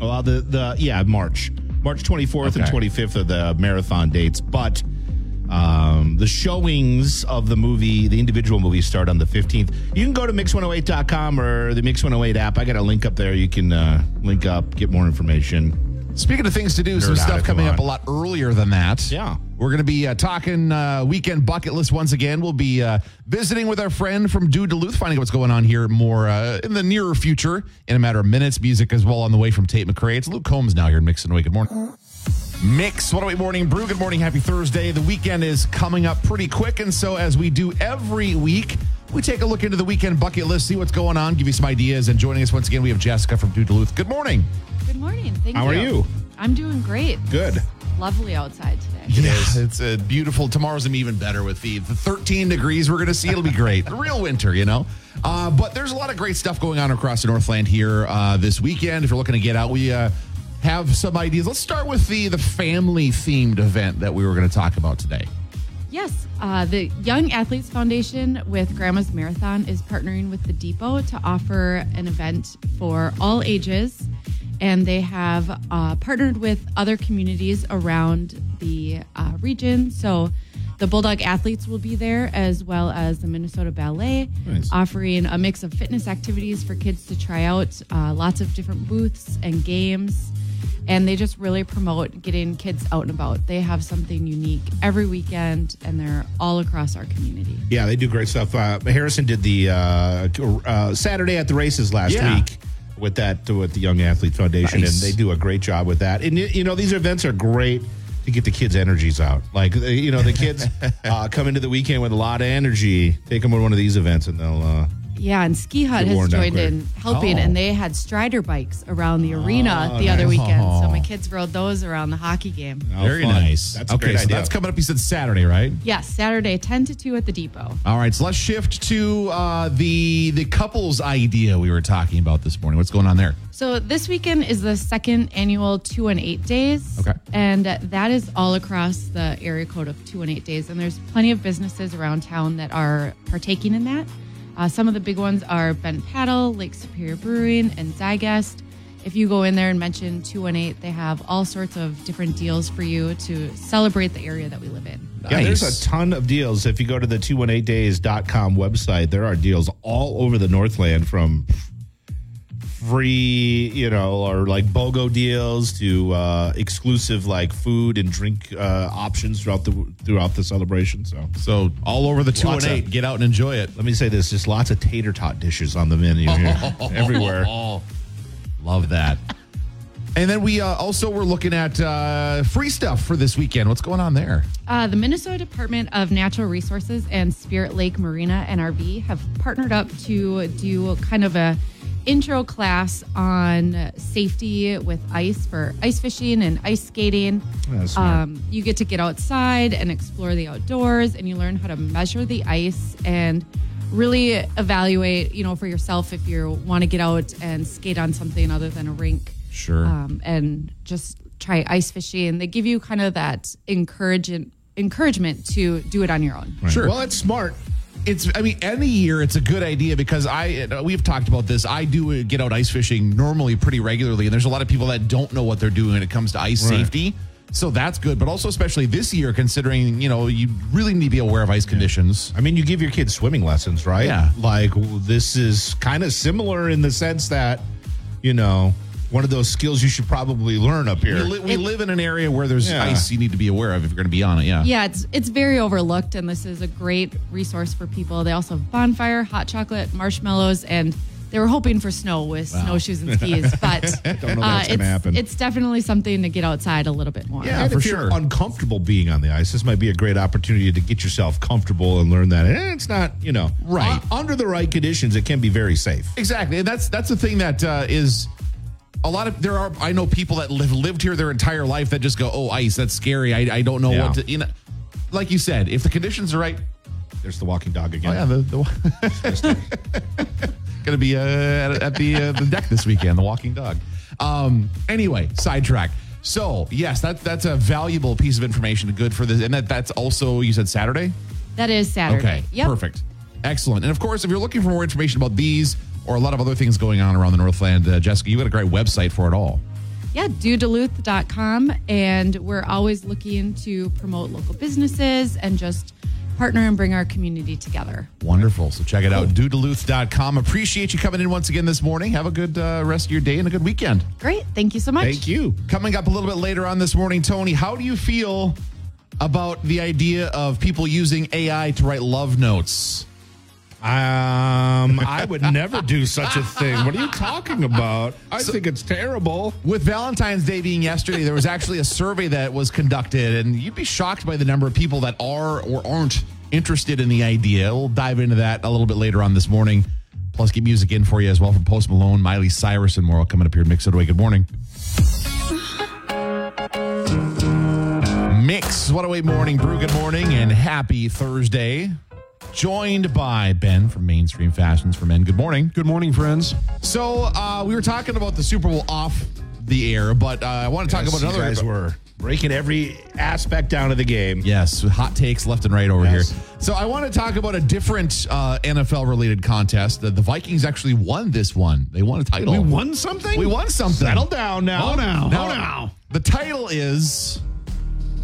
well, the the yeah March, March twenty fourth and
Okay.
twenty fifth are the marathon dates, but um, the showings of the movie, the individual movies start on the fifteenth. You can go to mix108.com or the Mix One Hundred Eight app. I got a link up there. You can uh, link up, get more information.
Speaking of things to do, some
Nerd out
stuff
if you
coming up
want.
a lot earlier than that.
Yeah.
We're going to be uh, talking uh, weekend bucket list once again. We'll be uh, visiting with our friend from Dude Duluth, finding out what's going on here more uh, in the nearer future in a matter of minutes. Music as well on the way from Tate McRae. It's Luke Combs now here in Mix and Away. Good morning. Mix, what wait morning brew. Good morning. Happy Thursday. The weekend is coming up pretty quick. And so, as we do every week, we take a look into the weekend bucket list, see what's going on, give you some ideas. And joining us once again, we have Jessica from Dude Duluth. Good morning.
Good morning. Thank
How are
you.
you?
I'm doing great.
Good.
Lovely outside today.
It is. It's a beautiful. Tomorrow's gonna be even better with the, the 13 degrees we're gonna see. It'll be great. the real winter, you know. Uh, but there's a lot of great stuff going on across the Northland here uh, this weekend. If you're looking to get out, we uh, have some ideas. Let's start with the the family themed event that we were gonna talk about today.
Yes, uh, the Young Athletes Foundation with Grandma's Marathon is partnering with the Depot to offer an event for all ages, and they have uh, partnered with other communities around the uh, region. So. The Bulldog athletes will be there as well as the Minnesota Ballet, offering a mix of fitness activities for kids to try out, uh, lots of different booths and games and they just really promote getting kids out and about. They have something unique every weekend, and they're all across our community.
Yeah, they do great stuff. Uh, Harrison did the uh, uh, Saturday at the races last
Yeah.
week. with that with the Young Athlete Foundation,
Nice.
and they do a great job with that. And you- you know, these events are great to get the kids' energies out. Like they- you know, the
*laughs*
kids uh, come into the weekend with a lot of energy. Take them to one of these events, and they'll. Uh,
Yeah, and Ski Hut
Get worn
has
down
joined
quick.
in helping,
Oh. Ah,
and they had Strider bikes around the arena the other weekend. So my kids rode those around the hockey game.
how
Very
fun.
nice.
That's a
okay,
great
so
idea.
that's coming up. You said Saturday, right?
Yes, Saturday, 10 to 2 at the depot.
All right, so let's shift to uh, the the couples idea we were talking about this morning. What's going on there?
So this weekend is the second annual two and eight days.
Okay.
And that is all across the area code of two and eight days. And there's plenty of businesses around town that are partaking in that. Uh, some of the big ones are Bent Paddle, Lake Superior Brewing, and Zygast. If you go in there and mention 218, they have all sorts of different deals for you to celebrate the area that we live in.
Yeah, there's
Nice.
a ton of deals. If you go to the 218days.com website, there are deals all over the Northland from free, you know, or like BOGO deals to uh, exclusive like food and drink uh, options throughout the throughout the celebration. So
So all over the two
Lots
and
of-
eight, get out and enjoy it.
let me say this, just lots of tater tot dishes on the menu here *laughs*
*laughs*
everywhere.
Oh, love that. and then we uh, also were looking at uh, free stuff for this weekend. What's going on there?
Uh, the Minnesota Department of Natural Resources and Spirit Lake Marina NRV have partnered up to do kind of a intro class on safety with ice for ice fishing and ice skating.
That's smart.
Um, you get to get outside and explore the outdoors, and you learn how to measure the ice and really evaluate, you know, for yourself if you want to get out and skate on something other than a rink.
Sure.
Um, and just try ice fishing. And they give you kind of that encourage encouragement to do it on your own.
Sure.
Well, it's smart.
it's i mean any year it's a good idea because i uh, we've talked about this i do uh, get out ice fishing normally pretty regularly and there's a lot of people that don't know what they're doing when it comes to ice
Right.
safety so that's good but also especially this year considering you know you really need to be aware of ice conditions
I mean, you give your kids swimming lessons, right?
Yeah.
Like w- this is kind of similar in the sense that, you know, one of those skills you should probably learn up
we,
here.
li- we live in an area where there's
Yeah.
ice you need to be aware of if you're going to be on it yeah
Yeah, it's it's very overlooked, and this is a great resource for people. They also have bonfire, hot chocolate, marshmallows, and they were hoping for snow with snowshoes and
*laughs*
skis, but uh,
know that's gonna
it's,
happen.
it's definitely something to get outside a little bit more.
Yeah,
And
for
if
sure.
you're uncomfortable being on the ice, this might be a great opportunity to get yourself comfortable and learn that eh, it's not, you know,
Right.
u- under the right conditions, it can be very safe.
exactly and that's that's the thing that uh, is a lot of there are i know people that live lived here their entire life that just go oh ice that's scary i, I don't know
Yeah.
what to you know like you said if the conditions are right
There's the walking dog again.
Oh yeah, the, the *laughs* gonna be uh, at, at the uh, the deck this weekend. The Walking Dog. Um. Anyway, sidetrack. So yes, that's that's a valuable piece of information. Good for this, and that that's also you said Saturday.
That is Saturday.
Okay.
Yep.
Perfect. Excellent. And of course, if you're looking for more information about these or a lot of other things going on around the Northland, uh, Jessica, you got a great website for it all.
Yeah, doDuluth.com. And we're always looking to promote local businesses and just partner and bring our community together.
Wonderful. So check it out, doodalooth.com. Appreciate you coming in once again this morning. Have a good uh, rest of your day and a good weekend.
Great. Thank you so much.
Thank you.
Coming up a little bit later on this morning, Tony, how do you feel about the idea of people using AI to write love notes?
Um, I
*laughs*
would never do such a thing. What are you talking about? I think it's terrible.
With Valentine's Day being yesterday, there was actually a survey that was conducted, and you'd be shocked by the number of people that are or aren't interested in the idea. We'll dive into that a little bit later on this morning. Plus, get music in for you as well from Post Malone, Miley Cyrus, and more coming up here. at Mix it away. Good morning. Mix what away morning, brew. Good morning, and happy Thursday. Joined by Ben from Mainstream Fashions for Men. Good morning.
Good morning, friends.
So uh, we were talking about the Super Bowl off the air, but uh, I want to talk
Yes,
about
you
another.
guys were breaking every aspect down of the game.
Yes, hot takes left and right over
Yes.
here. So I want to talk about a different uh, NFL related contest. The, the Vikings actually won this one. They won a title.
We won something?
We won something.
Settle down now.
Oh, now.
Now,
Oh, now.
The title is.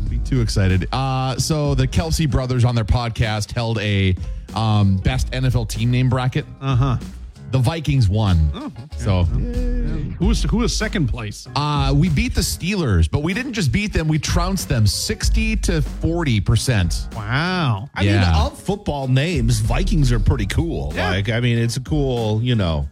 Be too excited. Uh, so the Kelsey brothers on their podcast held a um, best NFL team name bracket. Uh
Uh-huh.
huh. The Vikings won.
Oh,
So
Who was who was second place?
Uh, we beat the Steelers, but we didn't just beat them. We trounced them 60 to 40%.
Wow.
I
Yeah.
mean, of football names, Vikings are pretty cool. Like, I mean, it's a cool, you know,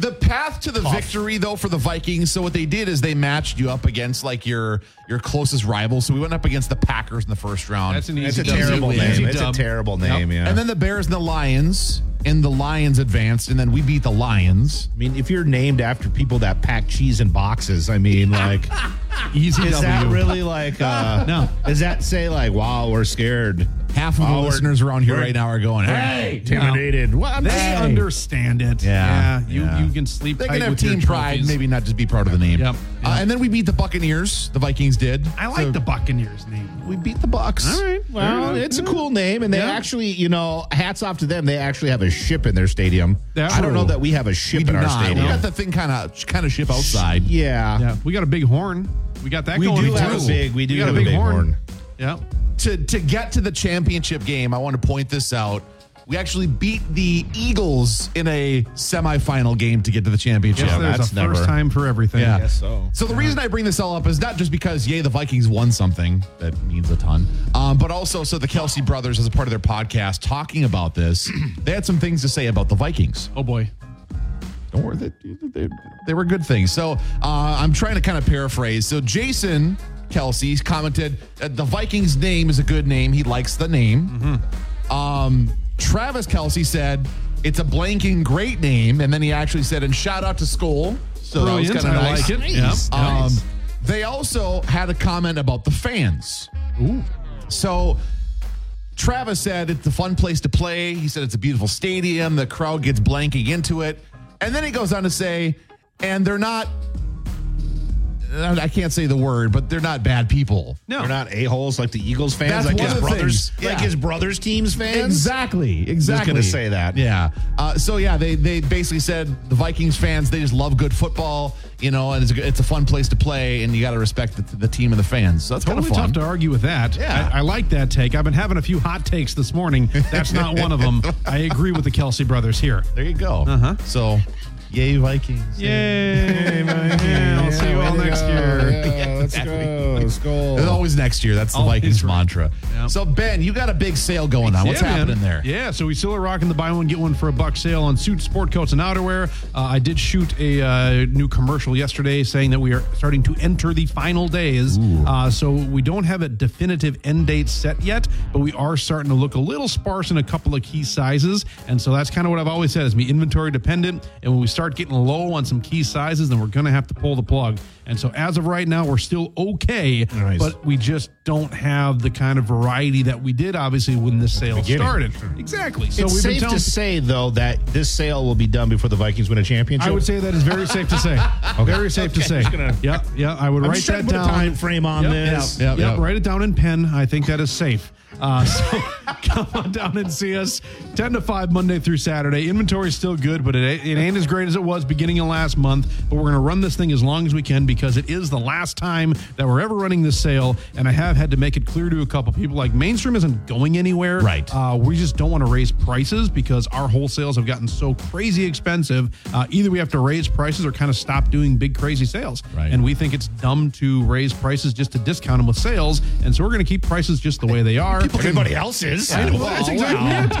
The path to the victory, though, for the Vikings. So what they did is they matched you up against like your your closest rival. So we went up against the Packers in the first round.
That's an
It's
easy
a
dub.
terrible
Easy
name. It's a
dub.
terrible name. Yeah.
And then the Bears and the Lions, and the Lions advanced, and then we beat the Lions.
I mean, if you're named after people that pack cheese in boxes, I mean, like,
*laughs*
Easy
is that
W.
really like, uh, no? Does that say like, wow, we're scared?
Half of the
Oh, we're-
listeners around here
we're-
right now are going, "Hey,
Intimidated. Well, I'm
They
just under-
understand it.
Yeah,
you
yeah.
you can sleep
They
tight
can have
with your
team pride,
trophies.
maybe not just be proud of the name.
Yep,
Uh,
yep.
and then we beat the Buccaneers. The Vikings did.
I like
So
the Buccaneers name.
We beat the Bucks.
All right.
Well,
Fair
it's a
enough.
cool name, and they
Yeah.
actually, you know, hats off to them. They actually have a ship in their stadium.
Yeah.
I don't know
True.
that we have a
We
ship
do
in our
not.
stadium.
We got the thing kind of kind of ship outside.
Yeah.
Yeah, we got a big horn. We got that
We
going.
do
too.
have a big- we do have a big horn.
Yeah.
to to get to the championship game, I want to point this out. We actually beat the Eagles in a semifinal game to get to the championship.
Guess there's
that's
a
never-
first time for everything.
Yeah.
so.
So the reason I bring this all up is not just because, yay, the Vikings won something that means a ton, um, but also so the Kelsey brothers, as a part of their podcast, talking about this, *clears throat* they had some things to say about the Vikings.
Oh boy.
Don't worry, they, they, they were good things. So uh, I'm trying to kind of paraphrase. So Jason Kelsey commented that the Vikings name is a good name. He likes the name.
Mm-hmm.
Um, Travis Kelsey said it's a blanking great name, and then he actually said, "And shout out to Skull." So that was
Brilliant.
kind of
I
nice.
like it. Yeah. Nice.
Um,
Nice.
They also had a comment about the fans.
Ooh.
So Travis said it's a fun place to play. He said it's a beautiful stadium. The crowd gets blanking into it. And then he goes on to say, and they're not, I can't say the word, but they're not bad people.
No.
They're not a-holes like the Eagles fans,
That's
like
one
his
of the
brothers,
things.
like
Yeah.
his brothers' team's fans.
Exactly. Exactly.
gonna say that.
Yeah. Uh, so yeah, they they basically said the Vikings fans they just love good football, you know, and it's a, good- it's a fun place to play, and you got to respect the, the team and the fans. So that's
Totally
kind
tough
of
to
fun.
argue with that.
Yeah.
I, I like that take. I've been having a few hot takes this morning. That's not one
*laughs*
of them. I agree with the Kelsey brothers here.
there you go. Uh huh. So, yay Vikings!
Uh-huh. Yay! yeah, *laughs* I'll see you all next year.
Yeah, let's go. Let's go.
It's always next year. That's the
Always
Vikings
right.
mantra.
Yeah.
So Ben, you got a big sale going on. What's
Yeah, man.
happening there?
Yeah, so we still are rocking the buy one get one for a buck sale on suits, sport coats, and outerwear. Uh, I did shoot a uh, new commercial yesterday saying that we are starting to enter the final days. Uh, so we don't have a definitive end date set yet, but we are starting to look a little sparse in a couple of key sizes. And so that's kind of what I've always said: is be inventory dependent. And when we start getting low on some key sizes, then we're going to have to pull the plug. And so as of right now, we're still okay,
Nice.
but we just don't have the kind of variety that we did obviously when this sale
beginning.
started. Exactly. So
it's
we've
safe
been telling.
to say though that this sale will be done before the Vikings win a championship.
I would say that is very safe to say.
*laughs*
Very safe to say. yeah, yeah. I would
I'm
write
just trying
that
to put a
down.
time frame on
Yep,
this.
Yep,
Yep,
yep,
yep.
Write it down in pen. I think that is safe. Uh, *laughs* so come on down and see us 10 to 5 Monday through Saturday. Inventory is still good, but it, ain't- it ain't as great as it was beginning of last month. But we're going to run this thing as long as we can because it is the last time that we're ever running this sale. And I have had to make it clear to a couple people like mainstream isn't going anywhere.
Right.
Uh, we just don't want to raise prices because our wholesales have gotten so crazy expensive. Uh, either we have to raise prices or kind of stop doing big crazy sales.
Right.
And we think it's dumb to raise prices just to discount them with sales. And so we're going to keep prices just the way they are.
Everybody else is.
I know,
Oh,
that's exactly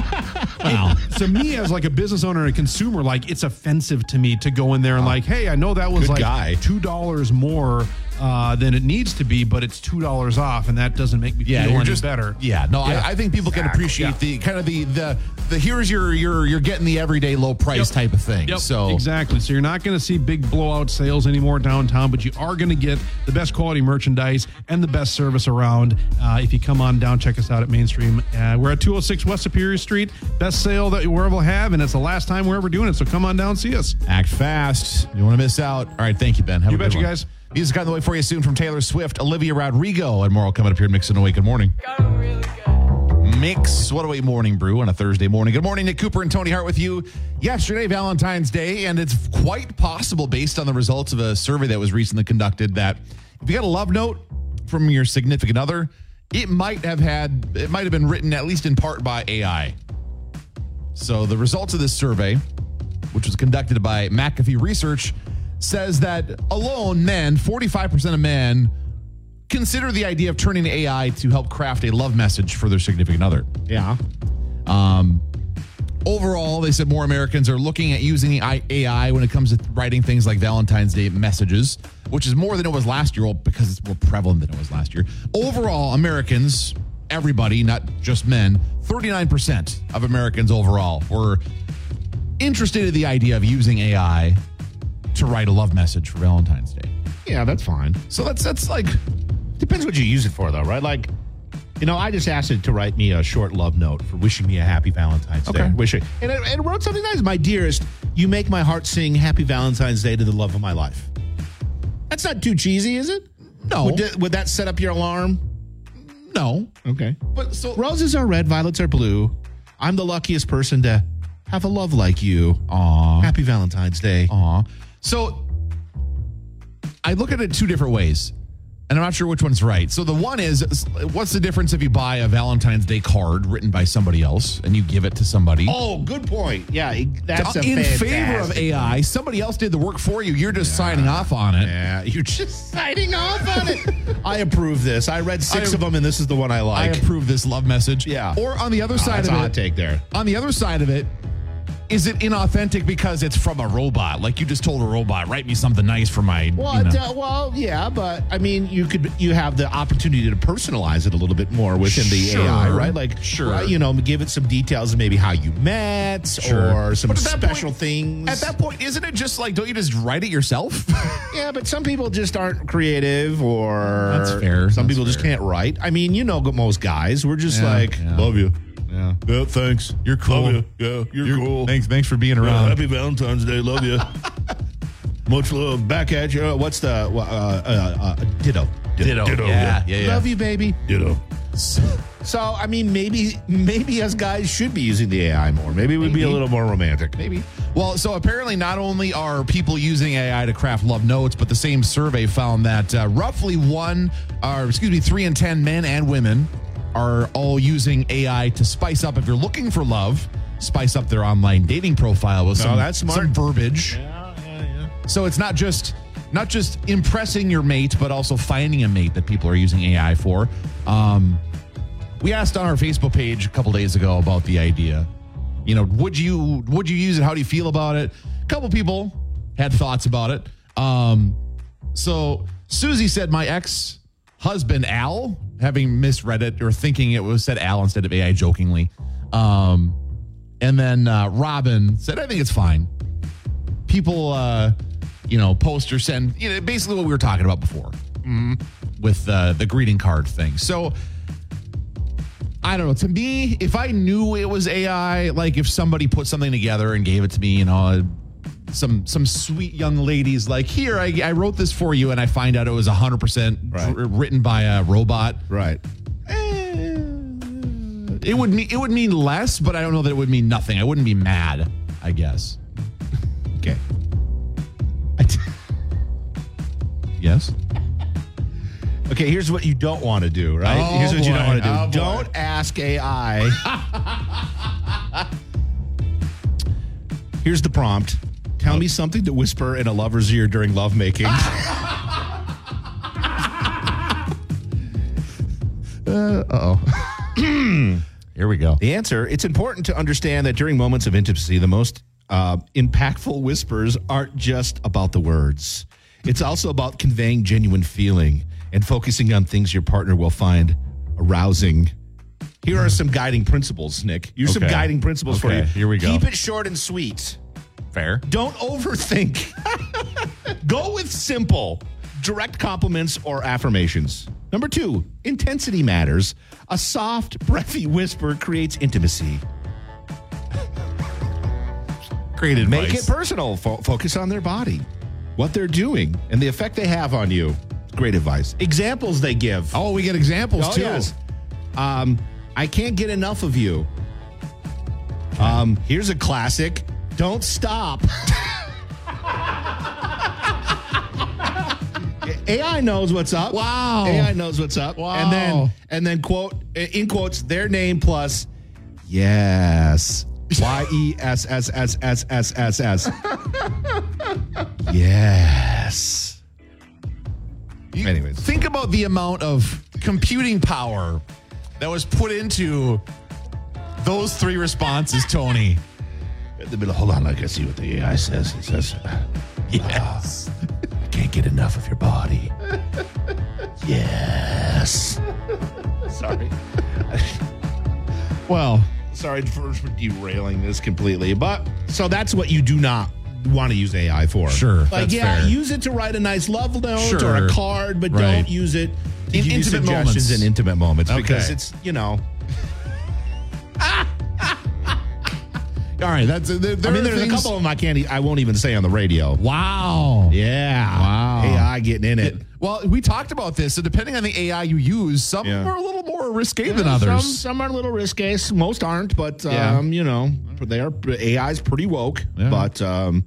*laughs*
it. It- to me, as like a business owner and a consumer, like it's offensive to me to go in there and like, hey, I know that was
Good
like
guy.
two dollars more uh, than it needs to be, but it's two dollars off, and that doesn't make me feel
you're
any
just
better.
Yeah, no, I, I think people can appreciate the kind of the the the here's your your you're getting the everyday low price
Yep.
type of thing.
Yep,
So
exactly. So you're not going to see big blowout sales anymore downtown, but you are going to get the best quality merchandise and the best service around. Uh, if you come on down, check us out at Mainstream. Uh, we're at 206 West Superior Street. Best sale that we're ever have, and it's the last time we're ever doing it. So come on down, see us.
act fast. You want to miss out. All right, thank you, Ben. Have
You
a good
bet you
one.
guys.
Music on the way for you soon from Taylor Swift, Olivia Rodrigo, and more will coming up here at Mix and Away. Good morning. Mix What Away Morning Brew on a Thursday morning. Good morning, Nick Cooper and Tony Hart with you. Yesterday, Valentine's Day, and it's quite possible, based on the results of a survey that was recently conducted, that if you got a love note from your significant other, it might have had, it might have been written at least in part by AI. So the results of this survey, which was conducted by McAfee Research, says that alone men, 45% of men consider the idea of turning to AI to help craft a love message for their significant other.
Yeah.
Um, Overall, they said more Americans are looking at using the I- AI when it comes to writing things like Valentine's Day messages, which is more than it was last year, well, because it's more prevalent than it was last year. Overall, Americans, everybody, not just men, 39% of Americans overall were interested in the idea of using AI to write a love message for Valentine's Day.
Yeah, that's fine.
So that's that's like
Depends what you use it for, though, right? Like, you know, I just asked it to write me a short love note for wishing me a happy Valentine's
Okay.
Day. Wishing, and it, it wrote something nice. My dearest, you make my heart sing Happy Valentine's Day to the love of my life. That's not too cheesy, is it?
No.
Would, th- would that set up your alarm?
no,
Okay.
but so
Roses are red, violets are blue. I'm the luckiest person to have a love like you.
Aw.
Happy Valentine's Day.
Aw. So I look at it two different ways, and I'm not sure which one's right. So the one is what's the difference if you buy a Valentine's Day card written by somebody else and you give it to somebody? Uh,
Oh, good point. Yeah, it- that's a
in favor of
fantastic-
AI, somebody else did the work for you. You're just signing off on it.
Yeah, you're just *laughs* signing off on it. *laughs* I approve this. I read six
I-
of them, and this is the one I
I
like.
approve this love message.
Yeah.
Or on the other
Oh,
side
that's
of
a
it,
hot take there.
on the other side of it, is it inauthentic because it's from a robot? Like you just told a robot, write me something nice for my.
Well,
you know."
it, uh, well, yeah, but I mean, you could you have the opportunity to personalize it a little bit more within
Sure.
the AI, right? Like,
Sure.
well, you know, give it some details of maybe how you met
Sure.
or some
But at that
special
point-
things.
At that point, isn't it just like, don't you just write it yourself? *laughs*
yeah, but some people just aren't creative, or
That's fair.
Some
That's
people just
fair.
can't write. I mean, you know, most guys, we're just
Yeah,
like,
yeah.
love you.
yeah.
Yeah, thanks.
You're cool.
Love you. Yeah, you're, cool.
Thanks for being
Yeah, happy Valentine's Day.
*laughs*
Love you. Much love. Back at you. Uh, What's the uh, uh, uh, ditto?
Ditto. Yeah, yeah, yeah.
Love you, baby.
Ditto.
So, I mean, maybe, maybe us guys should be using the AI more. Maybe we'd be a
Maybe.
little more romantic.
Maybe. Well, so apparently, not only are people using AI to craft love notes, but the same survey found that uh, roughly one, or excuse me, three in 10 men and women are all using AI to spice up. If you're looking for love, spice up their online dating profile with some,
that's
some
smart.
verbiage.
Yeah, yeah, yeah.
So it's not just not just impressing your mate, but also finding a mate that people are using AI for. Um, we asked on our Facebook page a couple days ago about the idea. You know, would you would you use it? How do you feel about it? A couple people had thoughts about it. Um, so Susie said, my ex husband Al, having misread it or thinking it was said Al instead of AI jokingly. Um, and then uh, Robin said, I think it's fine people uh you know post or send you know basically what we were talking about before
Mm-hmm.
with uh, the greeting card thing so i don't know to me if i knew it was ai like if somebody put something together and gave it to me you know some some sweet young ladies like here i, I wrote this for you and i find out it was 100%
Right.
dr- written by a robot
Right.
Eh, it would mean it would mean less but i don't know that it would mean nothing i wouldn't be mad i guess
Okay.
*laughs* yes
Okay, here's what you don't want to do, right?
Oh,
here's what you don't
boy.
want to do.
Oh, boy.
don't ask AI.
*laughs*
here's the prompt. Tell
Oh.
me something to whisper in a lover's ear during lovemaking.
Ah! here we go
the answer it's important to understand that during moments of intimacy, the most uh, impactful whispers aren't just about the words, it's also about conveying genuine feeling and focusing on things your partner will find arousing. Here are some guiding principles, Nick. Here's some
Hmm. Okay.
guiding principles for
Okay,
you.
here we go.
Keep it short and sweet.
fair
Don't overthink. *laughs* Go with simple, direct compliments or affirmations. Number two, intensity matters. A soft, breathy whisper creates intimacy.
great advice.
Make it personal. Fo- focus on their body, what they're doing, and the effect they have on you. Great advice. Examples they give.
oh, we get examples
Oh,
too.
yes. Um, I can't get enough of you. Um, here's a classic. Don't stop. *laughs* AI knows what's up.
Wow.
AI knows what's up.
Wow.
And then and then quote in quotes their name plus yes. Y E S S S S S S S. Yes.
You-
Anyways.
think about the amount of computing power that was put into those three responses, Tony.
in the middle. Hold on, I can see what the AI says.
*laughs*
It says, "Yes, can't get enough of your body." yes.
Sorry.
*laughs* Well,
Sorry for for derailing this completely, but
so that's what you do not want to use AI for.
Sure,
Like,
that's
yeah,
fair.
use it to write a nice love note
Sure.
or a card, but
Right.
don't use it
In
give you
intimate
suggestions
moments.
In intimate moments, because
Okay.
it's you know.
All right, that's there, there
I mean,
are
there's
things-
a couple of them I can't. e- I won't even say on the radio.
Wow.
Yeah.
Wow.
AI getting in it.
Well, we talked about this. So depending on the AI you use, some
Yeah.
are a little more risque than
Yeah,
others.
Some, some are a little risque. Most aren't, but um,
Yeah.
you know, they are. AI's pretty woke,
Yeah.
but um,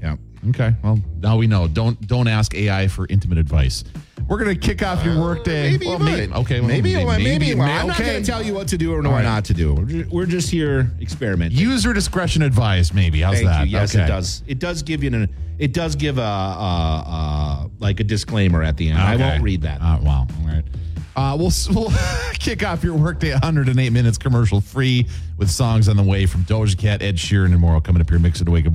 yeah.
Okay. Well, now we know. Don't don't ask AI for intimate advice. We're gonna kick off your workday.
Uh, Maybe,
Well,
you
may-
might.
okay. well,
maybe, maybe, maybe,
may-
I'm not going to tell you what to do or what
right.
not to do. We're ju- We're just here experimenting.
User discretion advised. Maybe. How's
Thank
that?
you. Yes,
Okay.
it does. It does give you an. It does give a, a, a like a disclaimer at the end. I
Okay.
won't read that.
Uh, wow. All right. Uh, we'll *laughs* we'll kick off your workday 108 minutes commercial free with songs on the way from Doja Cat, Ed Sheeran, and more. Coming up here, mix it away. Good